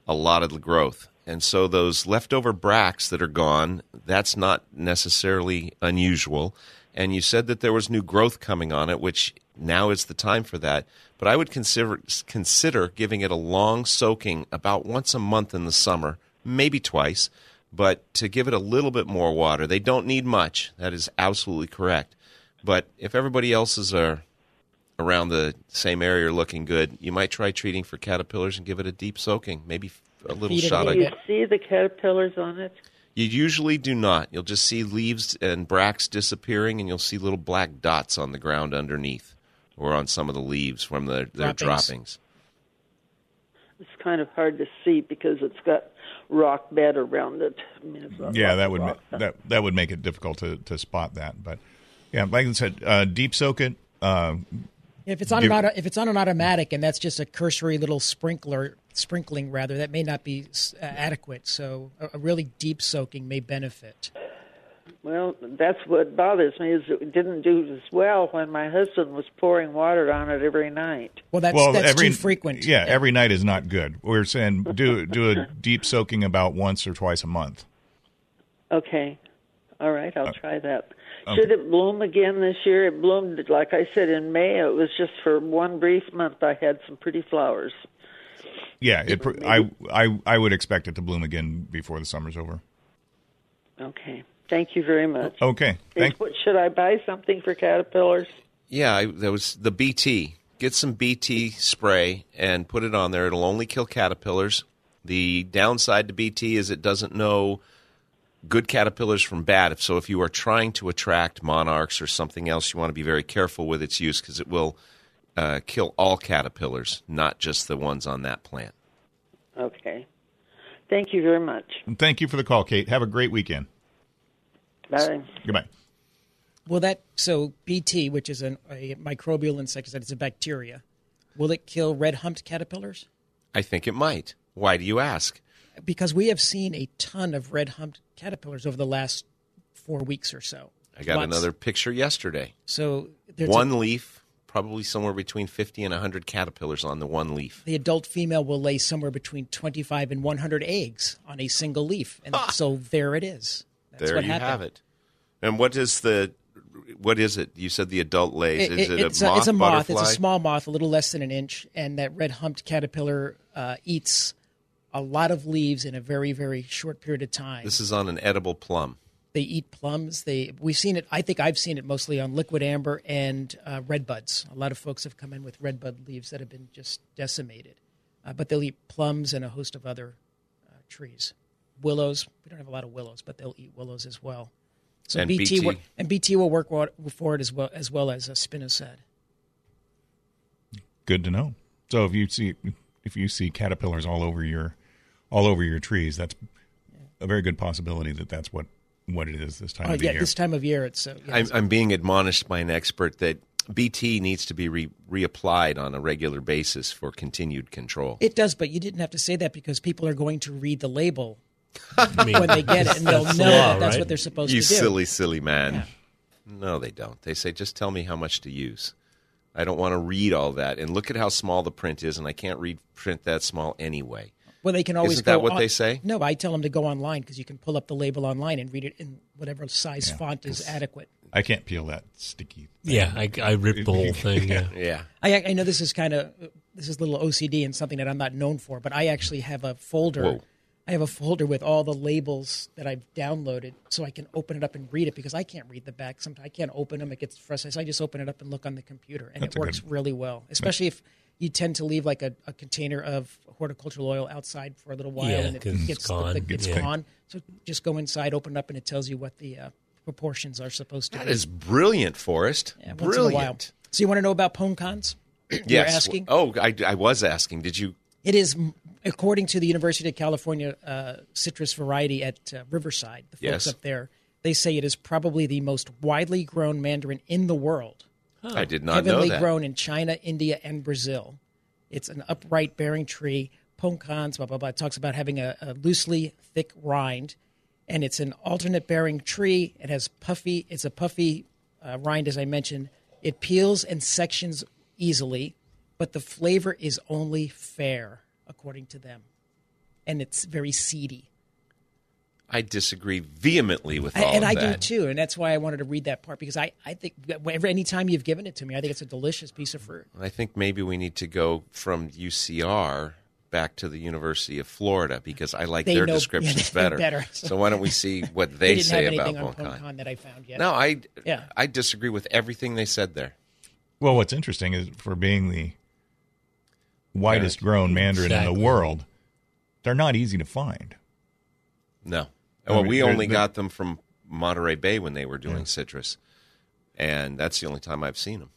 S3: a lot of the growth. And so those leftover bracts that are gone, that's not necessarily unusual. And you said that there was new growth coming on it, which now is the time for that. But I would consider consider giving it a long soaking about once a month in the summer, maybe twice, but to give it a little bit more water. They don't need much. That is absolutely correct. But if everybody else's are around the same area are looking good, you might try treating for caterpillars and give it a deep soaking, maybe a little
S5: Feed it
S3: shot
S5: a
S3: of.
S8: Do you see the caterpillars on it?
S3: You usually do not. You'll just see leaves and bracts disappearing, and you'll see little black dots on the ground underneath or on some of the leaves from the, their
S5: Droppings.
S3: droppings.
S8: It's kind of hard to see because it's got rock bed around it. I mean, it's not
S2: yeah,
S8: like
S2: that would ma-
S8: rock.
S5: [LAUGHS]
S2: that that would make it difficult to, to spot that. But yeah, like I said, uh, deep soak it. Uh,
S5: If it's on
S2: Give-
S5: an auto, if it's on an automatic and that's just a cursory little sprinkler sprinkling rather, that may not be s- uh, adequate. So a, a really deep soaking may benefit.
S8: Well, that's what bothers me is it didn't do as well when my husband was pouring water on it every night.
S5: Well, that's
S2: well,
S5: that's
S2: every
S5: too frequent.
S2: Yeah, every night is not good. We're saying do do a deep soaking about once or twice a month.
S8: Okay. All right, I'll try that. Should it bloom again this year? It bloomed, like I said, in May. It was just for one brief month. I had some pretty flowers.
S2: Yeah, it, pr- I I I would expect it to bloom again before the summer's over.
S8: Okay. Thank you very much.
S2: Okay,
S8: Is-
S2: Oh, thank
S8: what, should I buy something for caterpillars?
S3: Yeah, I, that was the BT. Get some BT spray and put it on there. It'll only kill caterpillars. The downside to BT is it doesn't know good caterpillars from bad. So if you are trying to attract monarchs or something else, you want to be very careful with its use because it will uh, kill all caterpillars, not just the ones on that plant.
S8: Okay. Thank you very much.
S2: thank you for the call, Kate. Have a great weekend.
S8: Bye.
S2: Goodbye.
S5: Will that so BT, which is an, a microbial insecticide, it's a bacteria. Will it kill red humped caterpillars?
S3: I think it might. Why do you ask?
S5: Because we have seen a ton of red humped caterpillars over the last four weeks or so.
S3: I got
S5: Lots.
S3: another picture yesterday.
S5: So there's a-
S3: one leaf, probably somewhere between 50 and 100 caterpillars on the one leaf.
S5: the adult female will lay somewhere between 25 and 100 eggs on a single leaf. And
S2: Ah!
S5: so there it is. That's
S3: there
S5: what
S3: you
S5: happened.
S3: have it. And what is the what is it? You said the adult lays.
S5: It-
S3: Is
S5: it-
S3: it
S5: it's,
S3: a moth?
S5: it's a moth.
S3: Butterfly?
S5: It's a small moth, a little less than an inch. And that red humped caterpillar uh, eats a lot of leaves in a very, very short period of time.
S3: This is on an edible plum.
S5: they eat plums. They We've seen it, I think I've seen it mostly on liquid amber and uh, red buds. A lot of folks have come in with red bud leaves that have been just decimated. Uh, but they'll eat plums and a host of other uh, trees. Willows, we don't have a lot of willows, but they'll eat willows as well. So
S3: And
S5: BT,
S3: BT.
S5: Will, and BT will work wa- for it as well as well as uh, spinosad.
S2: Good to know. So if you see if you see caterpillars all over your all over your trees, that's a very good possibility that that's what what it is this time
S5: Oh
S2: of the
S5: yeah,
S2: year.
S5: this time of year it's so. yeah,
S3: I'm, I'm being admonished by an expert that BT needs to be re- reapplied on a regular basis for continued control.
S5: It does, but you didn't have to say that because people are going to read the label when they get it, and they'll know
S4: That's the law,
S5: that that's
S4: right?
S5: what they're supposed
S3: you
S5: to do.
S3: silly, silly man. No, they don't. They say just tell me how much to use. I don't want to read all that. And look at how small the print is, and I can't read print that small anyway.
S5: Well, they can always.
S3: Isn't that
S5: go
S3: what
S5: on-
S3: they say?
S5: No, I tell them to go online because you can pull up the label online and read it in whatever size font is adequate.
S2: I can't peel that sticky.
S4: Yeah, I, I ripped
S2: [LAUGHS]
S4: the whole thing. Yeah.
S3: Yeah.
S5: I, I know this is kind of this is a little OCD and something that I'm not known for, but I actually have a folder.
S3: Whoa.
S5: I have a folder with all the labels that I've downloaded, so I can open it up and read it because I can't read the back. Sometimes I can't open them; it gets frustrating. So I just open it up and look on the computer, and it works really well. Especially if you tend to leave like a, a container of horticultural oil outside for a little while,
S4: Yeah,
S5: and it
S4: 'cause it's
S5: gets
S4: gone.
S5: The, the, it's
S4: Yeah.
S5: gone. So just go inside, open it up, and it tells you what the uh, proportions are supposed to
S3: That
S5: be.
S3: is brilliant, Forrest.
S5: Yeah, once in a
S3: brilliant.
S5: while. So you want to know about PoneCons? [CLEARS THROAT] You're
S3: Yes.
S5: asking.
S3: Oh, I, I was asking. Did you?
S5: It is, m- according to the University of California uh, citrus variety at uh, Riverside, the folks
S3: Yes.
S5: up there, they say it is probably the most widely grown mandarin in the world.
S3: I did not know
S5: heavily
S3: that.
S5: grown in China, India, and Brazil. It's an upright bearing tree. Poncans, blah blah blah. It talks about having a, a loosely thick rind, and it's an alternate bearing tree. It has puffy. It's a puffy uh, rind, as I mentioned. It peels and sections easily, but the flavor is only fair, according to them, and it's very seedy.
S3: I disagree vehemently with
S5: I,
S3: all
S5: and
S3: of
S5: I
S3: that.
S5: do too, and that's why I wanted to read that part because I, I think that whenever any time you've given it to me, I think it's a delicious piece of fruit.
S3: I think maybe we need to go from UCR back to the University of Florida because I like
S5: They
S3: their
S5: know- [LAUGHS]
S3: descriptions
S5: yeah,
S3: better.
S5: they're [LAUGHS] better.
S3: so why don't we see what they,
S5: didn't
S3: say
S5: have
S3: about
S5: anything on
S3: Bonkai?
S5: PoneCon that I found yet.
S3: No, I
S5: Yeah.
S3: I disagree with everything they said there.
S2: Well, what's interesting is for being the widest grown mandarin in
S4: Exactly.
S2: the world, they're not easy to find.
S3: No.
S2: I
S3: Well,
S2: mean,
S3: we
S2: they're-
S3: only
S2: they're-
S3: got them from Monterey Bay when they were doing citrus, and that's the only time I've seen them.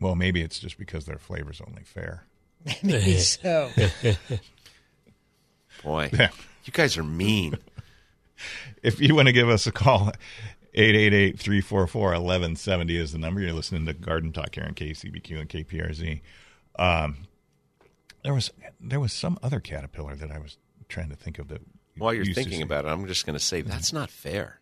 S2: Well, maybe it's just because their flavor's only fair.
S5: [LAUGHS]
S3: [LAUGHS]
S5: Maybe so.
S3: Boy,
S2: Yeah.
S3: you guys are mean.
S2: If you want to give us a call, 888 344 1170 is the number. You're listening to Garden Talk here on KCBQ and KPRZ. Um, there was there was some other caterpillar that I was trying to think of that.
S3: While you're
S2: used to
S3: thinking
S2: see-
S3: about it, I'm just going to say that's
S5: Mm-hmm.
S3: not fair.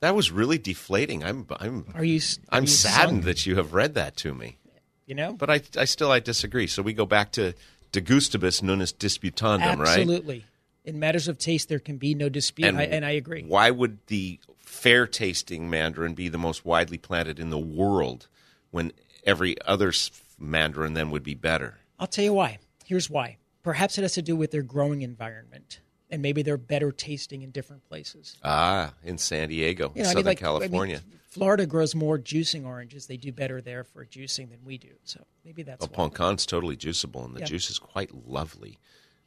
S3: That was really deflating. I'm I'm
S5: Are you? s- are
S3: I'm
S5: you
S3: saddened
S5: sunk,
S3: that you have read that to me,
S5: You know,
S3: but I I still I disagree. So we go back to de gustibus nunus disputandum, right?
S5: absolutely. In matters of taste, there can be no dispute, I, and I agree.
S3: Why would the fair tasting mandarin be the most widely planted in the world when every other s- mandarin then would be better?
S5: I'll tell you why. Here's why. Perhaps it has to do with their growing environment, and maybe they're better tasting in different places.
S3: Ah, in San Diego,
S5: You know, I
S3: Southern
S5: mean, like- I mean,
S3: California.
S5: Florida grows more juicing oranges. They do better there for juicing than we do. So maybe that's
S3: Well,
S5: why.
S3: Poncan's totally juiceable, and the
S5: Yeah.
S3: juice is quite lovely.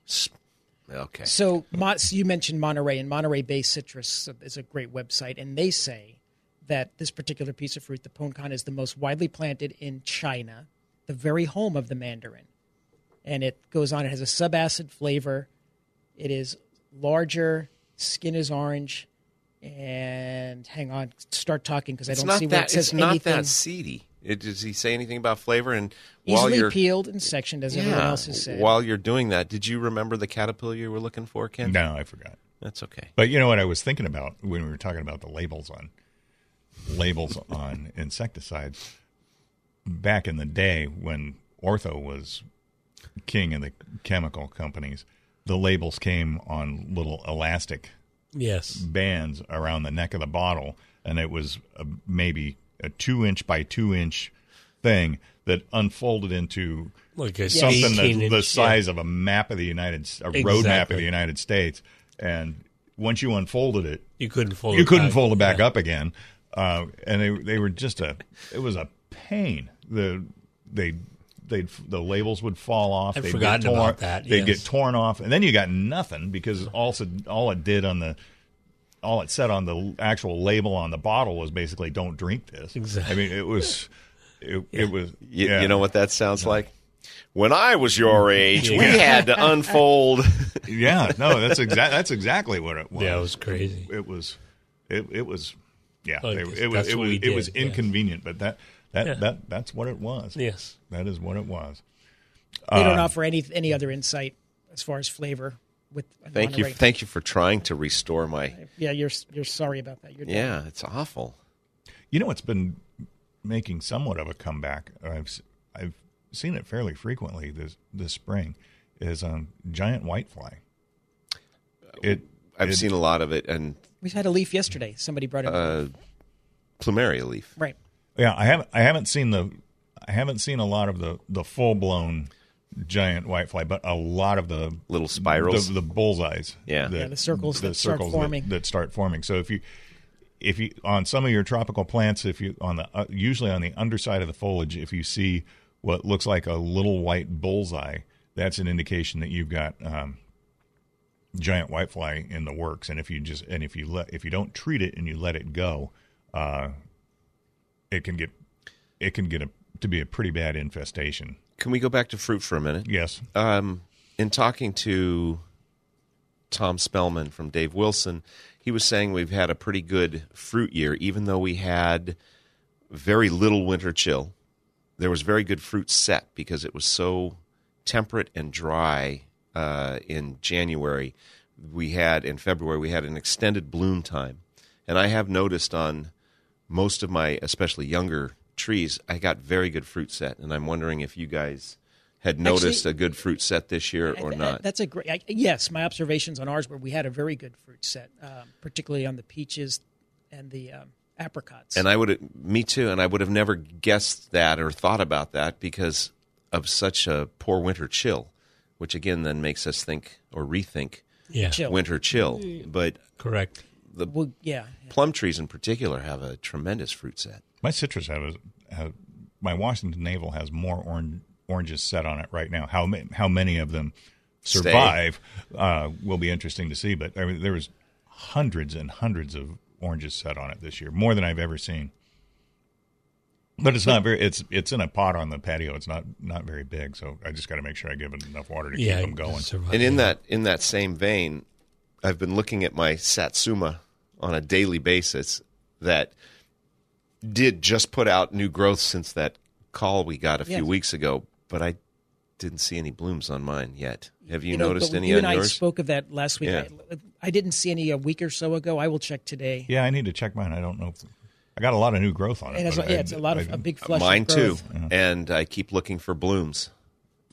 S3: S- Okay.
S5: So Mo- so you mentioned Monterey, and Monterey Bay Citrus is a great website, and they say that this particular piece of fruit, the ponkan, is the most widely planted in China, the very home of the mandarin. And it goes on. It has a subacid flavor. It is larger. Skin is orange. And hang on, start talking because I
S3: it's
S5: don't
S3: not
S5: see where
S3: that.
S5: it says
S3: it's not
S5: anything.
S3: that seedy. It, does he say anything about flavor? And while
S5: Easily
S3: you're
S5: peeled and sectioned, as everyone else has said.
S3: while you're doing that, did you remember the caterpillar you were looking for, Ken?
S2: No, I forgot.
S3: that's okay.
S2: But you know what I was thinking about when we were talking about the labels on
S3: [LAUGHS]
S2: labels on insecticides back in the day when Ortho was king of the chemical companies, the labels came on little elastic
S4: Yes.
S2: bands around the neck of the bottle, and it was a, maybe a two inch by two inch thing that unfolded into
S4: Like a
S2: something
S4: 18
S2: that's the
S4: inch,
S2: size of a map of the United, S- a road map of
S4: Exactly.
S2: the United States, and once you unfolded it,
S4: yeah. You couldn't fold.
S2: you
S4: it
S2: couldn't
S4: back.
S2: fold it back up again, uh, and they they were just a it was a pain. The they they the labels would fall off.
S4: I'd
S2: they'd
S4: forgotten
S2: get torn,
S4: about that,
S2: They'd
S4: yes.
S2: get torn off, and then you got nothing because also all it did on the all it said on the actual label on the bottle was basically "Don't drink this."
S4: Exactly.
S2: I mean, it was it, it was
S3: You,
S2: yeah.
S3: you know what that sounds like? When I
S2: [LAUGHS]
S3: was your age, we had
S5: [LAUGHS]
S3: to unfold.
S2: yeah no that's exact that's exactly what it was.
S4: Yeah, it was crazy.
S2: it was it, it was yeah
S4: Like,
S2: they, it was
S4: Oh, that's
S2: it
S4: what
S2: was
S4: we
S2: it was
S4: did, yes.
S2: inconvenient but that that
S4: Yeah.
S2: that that's what it was
S4: Yes.
S2: that is what it was
S5: they
S3: uh,
S5: don't offer any any other insight as far as flavor. With
S3: [LAUGHS] Thank you,
S5: Monterey.
S3: thank you for trying to restore my.
S5: Yeah, you're you're sorry about that. You're dead.
S3: Yeah, it's awful.
S2: you know what's been making somewhat of a comeback i've s- i've seen it fairly frequently this this spring is um giant whitefly it
S3: I've
S2: it-
S3: seen a lot of it, and
S5: We've had a leaf yesterday. Somebody brought it.
S3: Uh, plumeria leaf.
S5: right.
S2: yeah i haven't i haven't seen the i haven't seen a lot of the the full-blown giant whitefly but a lot of the
S3: Little spirals.
S2: the, the bullseyes
S3: Yeah.
S2: that-
S5: Yeah, the circles
S2: the
S5: that start
S2: circles
S5: forming.
S2: That, that start forming. So if you if you on some of your tropical plants, if you on the uh, usually on the underside of the foliage, if you see what looks like a little white bullseye, that's an indication that you've got um, giant whitefly in the works. And if you just and if you let if you don't treat it and you let it go, uh, it can get it can get a, to be a pretty bad infestation.
S3: Can we go back to fruit for a minute?
S2: Yes.
S3: um, in talking to Tom Spellman from Dave Wilson, he was saying we've had a pretty good fruit year, even though we had very little winter chill. There was very good fruit set because it was so temperate and dry uh, in January. We had in February we had an extended bloom time, and I have noticed on most of my, especially younger trees, I got very good fruit set, and I'm wondering if you guys had noticed
S5: Actually-
S3: a good fruit set this year or
S5: Th-
S3: not.
S5: That's a great. I, yes, my observations on ours were we had a very good fruit set, um, particularly on the peaches and the um, apricots.
S3: And I would, me too, and I would have never guessed that or thought about that because of such a poor winter chill, which again then makes us think or rethink
S4: Yeah.
S5: Chill.
S3: winter chill. But
S4: Correct.
S5: well, yeah, yeah.
S3: plum trees in particular have a tremendous fruit set.
S2: My citrus have, a, have my Washington navel has more orange, oranges set on it right now. How ma- how many of them
S3: Stay.
S2: survive uh, will be interesting to see. But I mean, there was hundreds and hundreds of oranges set on it this year, more than I've ever seen. But it's not very. It's it's in a pot on the patio. It's not not very big, so I just got to make sure I give it enough water to
S4: yeah,
S2: keep them going.
S4: survive.
S3: And in that in that same vein, I've been looking at my Satsuma on a daily basis that did just put out new growth since that call we got a few
S5: Yes.
S3: weeks ago, but I didn't see any blooms on mine yet. Have you,
S5: know,
S3: noticed
S5: but
S3: any
S5: you
S3: on
S5: and I
S3: yours?
S5: spoke of that last week.
S3: Yeah.
S5: I, I didn't see any a week or so ago. I will check today.
S2: Yeah, I need to check mine. I don't know. If, I got a lot of new growth on it.
S5: It has,
S2: but
S5: yeah,
S2: I-
S5: it's a lot of
S2: I-
S5: a big flush. of
S3: Mine too.
S5: growth.
S3: And I keep looking for blooms,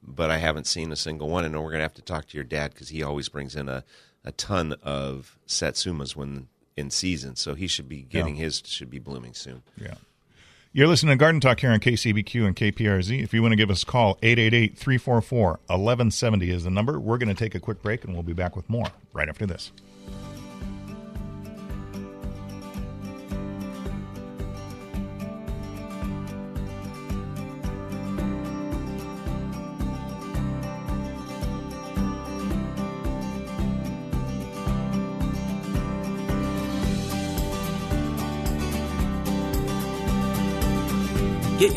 S3: but I haven't seen a single one. And we're going to have to talk to your dad because he always brings in a, a ton of satsumas when in season. So he should be getting his, should be blooming soon.
S2: Yeah. You're listening to Garden Talk here on KCBQ and KPRZ. If you want to give us a call, 888 344 1170 is the number. We're going to take a quick break and we'll be back with more right after this.
S6: Get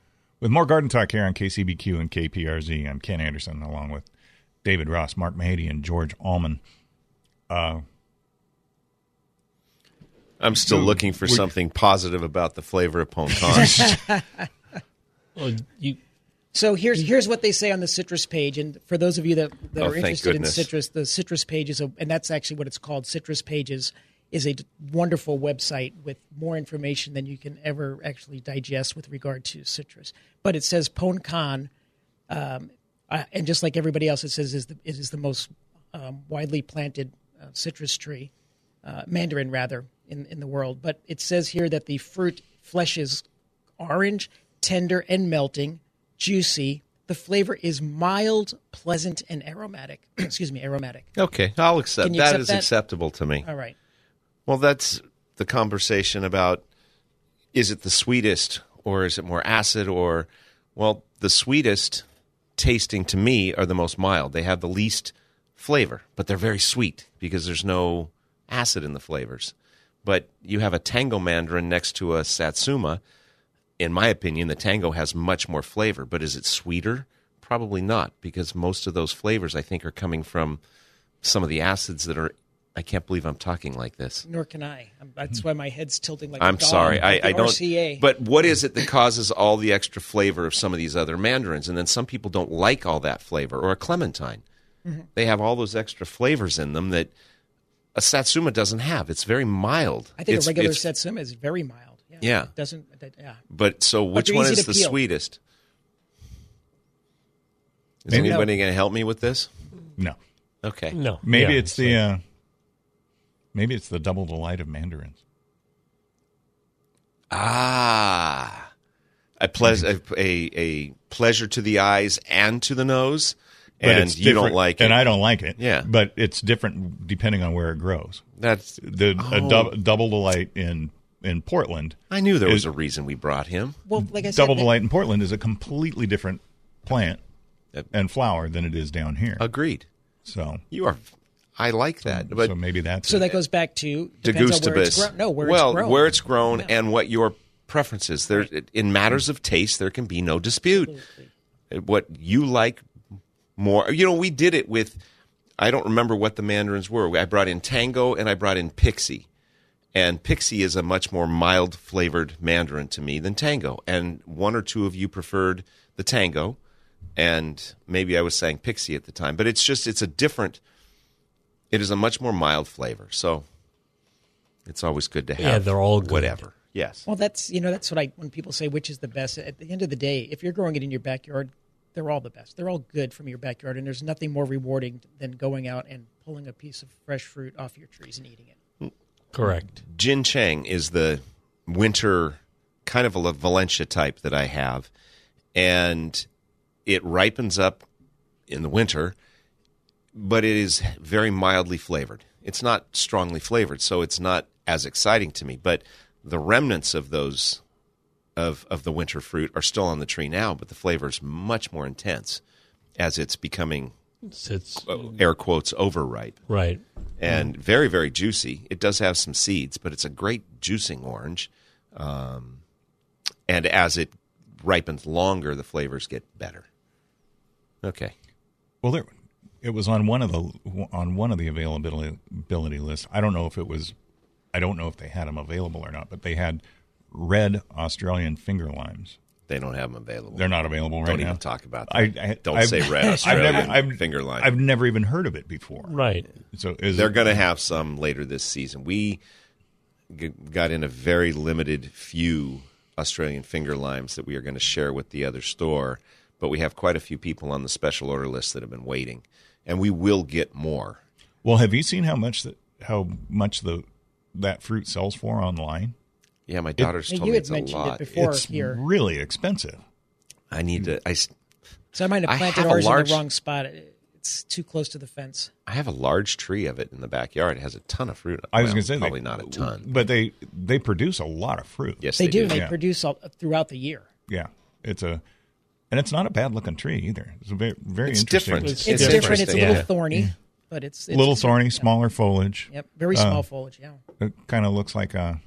S2: with more Garden Talk here on KCBQ and KPRZ. I'm Ken Anderson along with David Ross, Mark Mahady, and George Allman. Uh,
S3: I'm still looking for something positive about the flavor of Ponton.
S4: Well, you,
S5: So here's here's what they say on the citrus page, and for those of you that,
S3: Mm-hmm.
S5: that
S3: Oh,
S5: are
S3: thank
S5: interested in
S3: goodness.
S5: citrus, the citrus page is a, and that's actually what it's called. Citrus pages is a d- wonderful website with more information than you can ever actually digest with regard to citrus. But it says Ponkan, um, uh, and just like everybody else, it says is the, it is the most um, widely planted uh, citrus tree, uh, mandarin rather, in in the world. But it says here that the fruit fleshes orange, tender and melting, juicy. The flavor is mild, pleasant, and aromatic. [CLEARS THROAT] Excuse me, aromatic.
S3: okay, I'll accept.
S5: Can you
S3: that
S5: accept
S3: is
S5: that?
S3: acceptable to me.
S5: All right.
S3: Well, that's the conversation about is it the sweetest or is it more acid or well, the sweetest tasting to me are the most mild. They have the least flavor, but they're very sweet because there's no acid in the flavors. But you have a tango mandarin next to a satsuma. In my opinion, the tango has much more flavor, but is it sweeter? Probably not, because most of those flavors I think are coming from some of the acids that are. I can't believe I'm talking like this.
S5: Nor can I. I'm, that's why my head's tilting like. a
S3: Hmm. I'm
S5: dog.
S3: sorry. I,
S5: Like the
S3: I don't.
S5: RCA.
S3: But what is it that causes all the extra flavor of some of these other mandarins? And then some people don't like all that flavor, or a clementine.
S5: Mm-hmm.
S3: They have all those extra flavors in them that a satsuma doesn't have. It's very mild.
S5: I think
S3: It's-
S5: a regular
S3: it's-
S5: satsuma is very mild. Yeah.
S3: Yeah.
S5: It doesn't. That, yeah.
S3: But so which
S5: they're
S3: one
S5: easy
S3: is
S5: to
S3: the
S5: peel.
S3: sweetest? Is
S2: Maybe-
S3: anybody going to help me with this?
S2: no.
S3: Okay.
S4: no.
S2: Maybe
S4: yeah,
S2: it's the. Uh, Maybe it's the double delight of mandarins.
S3: Ah, a pleasure, a, a, a pleasure to the eyes and to the nose,
S2: But
S3: and
S2: it's
S3: you don't
S2: different-
S3: like it.
S2: and I don't like it.
S3: Yeah.
S2: but it's different depending on where it grows.
S3: That's
S2: the a dou- double delight in in Portland.
S3: Oh, I knew there was
S2: is-
S3: a reason we brought him.
S5: Well, like I said,
S2: double
S5: that-
S2: delight in Portland is a completely different plant
S3: Yep.
S2: and flower than it is down here.
S3: Agreed.
S2: So,
S3: You are. I like that, but
S2: so maybe that's
S5: So
S2: it.
S5: that goes back to depends on where it's
S3: degustibus.
S5: grown. No, where
S3: well,
S5: it's grown.
S3: where it's grown and what your preferences. There, in matters of taste, there can be no dispute. Uh, What you like more, you know, we did it with. I don't remember what the mandarins were. I brought in tango and I brought in pixie, and pixie is a much more mild flavored mandarin to me than tango. And one or two of you preferred the tango, and maybe I was saying pixie at the time, but it's just it's a different. It is a much more mild flavor, so it's always good to have.
S2: uh,
S4: Yeah, they're all good.
S3: whatever. Yes.
S5: Well, that's you know that's what I when people say which is the best. At the end of the day, if you're growing it in your backyard, they're all the best. They're all good from your backyard, and there's nothing more rewarding than going out and pulling a piece of fresh fruit off your trees and eating it.
S4: Correct.
S3: Jin Chang is the winter kind of a Valencia type that I have, and it ripens up in the winter, but it is very mildly flavored. It's not strongly flavored, so it's not as exciting to me. But the remnants of those of of the winter fruit are still on the tree now, but the flavor is much more intense as it's becoming
S4: It's, it's-
S3: uh, air quotes overripe
S4: right.
S3: and very very juicy. It does have some seeds, but it's a great juicing orange. Um, and as it ripens longer, the flavors get better. Okay,
S2: Well, there, it was on one of the on one of the availability ability lists. I don't know if it was, I don't know if they had them available or not, but they had red Australian finger limes.
S3: they don't have them available.
S2: They're not available right
S3: don't
S2: now.
S3: even talk about that.
S2: I, I [LAUGHS]
S3: don't
S2: I've-
S3: say red
S2: I've
S3: Australian
S2: never, I've,
S3: finger line.
S2: I've never even heard of it before.
S4: Right.
S2: So is
S3: They're
S2: it-
S3: going to have some later this season. We g- got in a very limited few Australian finger limes that we are going to share with the other store, but we have quite a few people on the special order list that have been waiting, and we will get more.
S2: Well, have you seen how much that how much the that fruit sells for online?
S3: Yeah, my daughter's
S5: Yeah,
S3: told
S5: you
S3: me
S5: had
S3: it's a
S5: mentioned
S3: lot.
S5: it before
S2: it's
S5: here,
S2: really expensive.
S3: I need to. I, s-
S5: so I might
S3: I
S5: have planted
S3: have a
S5: ours
S3: large-
S5: in the wrong spot. It- It's too close to the fence.
S3: I have a large tree of it in the backyard. It has a ton of fruit.
S2: I was
S3: Well,
S2: going to say they-
S3: probably not a ton.
S2: but they they produce a lot of fruit.
S3: Yes,
S5: they, do. They
S2: Yeah.
S5: produce all, throughout the year.
S2: yeah. It's a and it's not a bad looking tree either. It's a very very
S3: It's
S2: interesting.
S3: different.
S4: It's
S5: It's, different. It's a
S3: interesting.
S5: little
S4: Yeah.
S5: thorny, but it's, it's
S2: little thorny, smaller foliage. Uh,
S5: Yep, very small foliage. Yeah.
S2: It kind of looks like a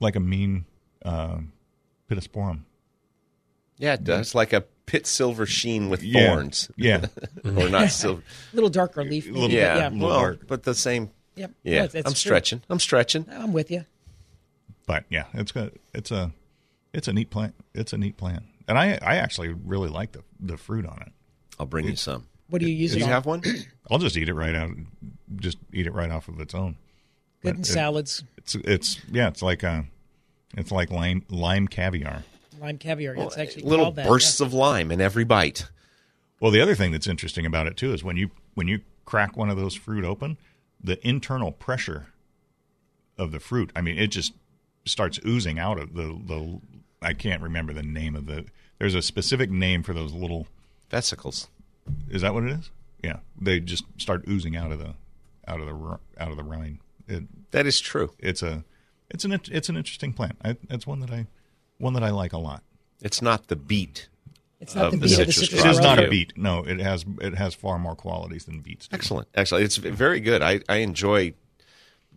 S2: like a mean uh,
S3: [LAUGHS]
S2: pittosporum.
S3: Yeah, it does. Like a pit silver sheen with
S2: Yeah.
S3: thorns,
S2: Yeah,
S3: [LAUGHS] or not silver.
S5: A little darker leaf. maybe, but
S3: yeah,
S5: [LAUGHS] yeah.
S3: well, but the same.
S5: Yep.
S3: Yeah,
S5: No, it's- it's
S3: I'm
S5: true.
S3: stretching. I'm stretching.
S5: I'm with you.
S2: but yeah, it's good. It's a it's a neat plant. It's a neat plant, and I I actually really like the the fruit on it.
S3: I'll bring you some.
S5: What do you use
S3: Do
S5: it
S3: you
S5: on?
S3: have one?
S2: I'll just eat it right out. Just eat it right off of its own.
S5: Good in
S2: It-
S5: salads,
S2: It's it's yeah. It's like uh it's like lime lime caviar.
S5: lime caviar. it's actually
S3: Little
S5: called that,
S3: bursts of lime in every bite.
S2: Well, the other thing that's interesting about it too is when you when you crack one of those fruit open, the internal pressure of the fruit. I mean, it just starts oozing out of the the. I can't remember the name of the. There's a specific name for those little.
S3: Vesicles.
S2: Is that what it is? Yeah, they just start oozing out of the out of the ri- out of the rind. It,
S3: That is true.
S2: it's a it's an it's an interesting plant. I, it's one that I one that I like a lot.
S3: It's not the beet.
S5: Yeah. It's not
S3: of
S5: the
S3: the
S5: beet of the
S3: citrus
S5: citrus.
S2: It is
S3: Rob,
S2: not
S3: you.
S2: a beet. No, it has it has far more qualities than beets. do.
S3: Excellent. Excellent. It's very good. I, I enjoy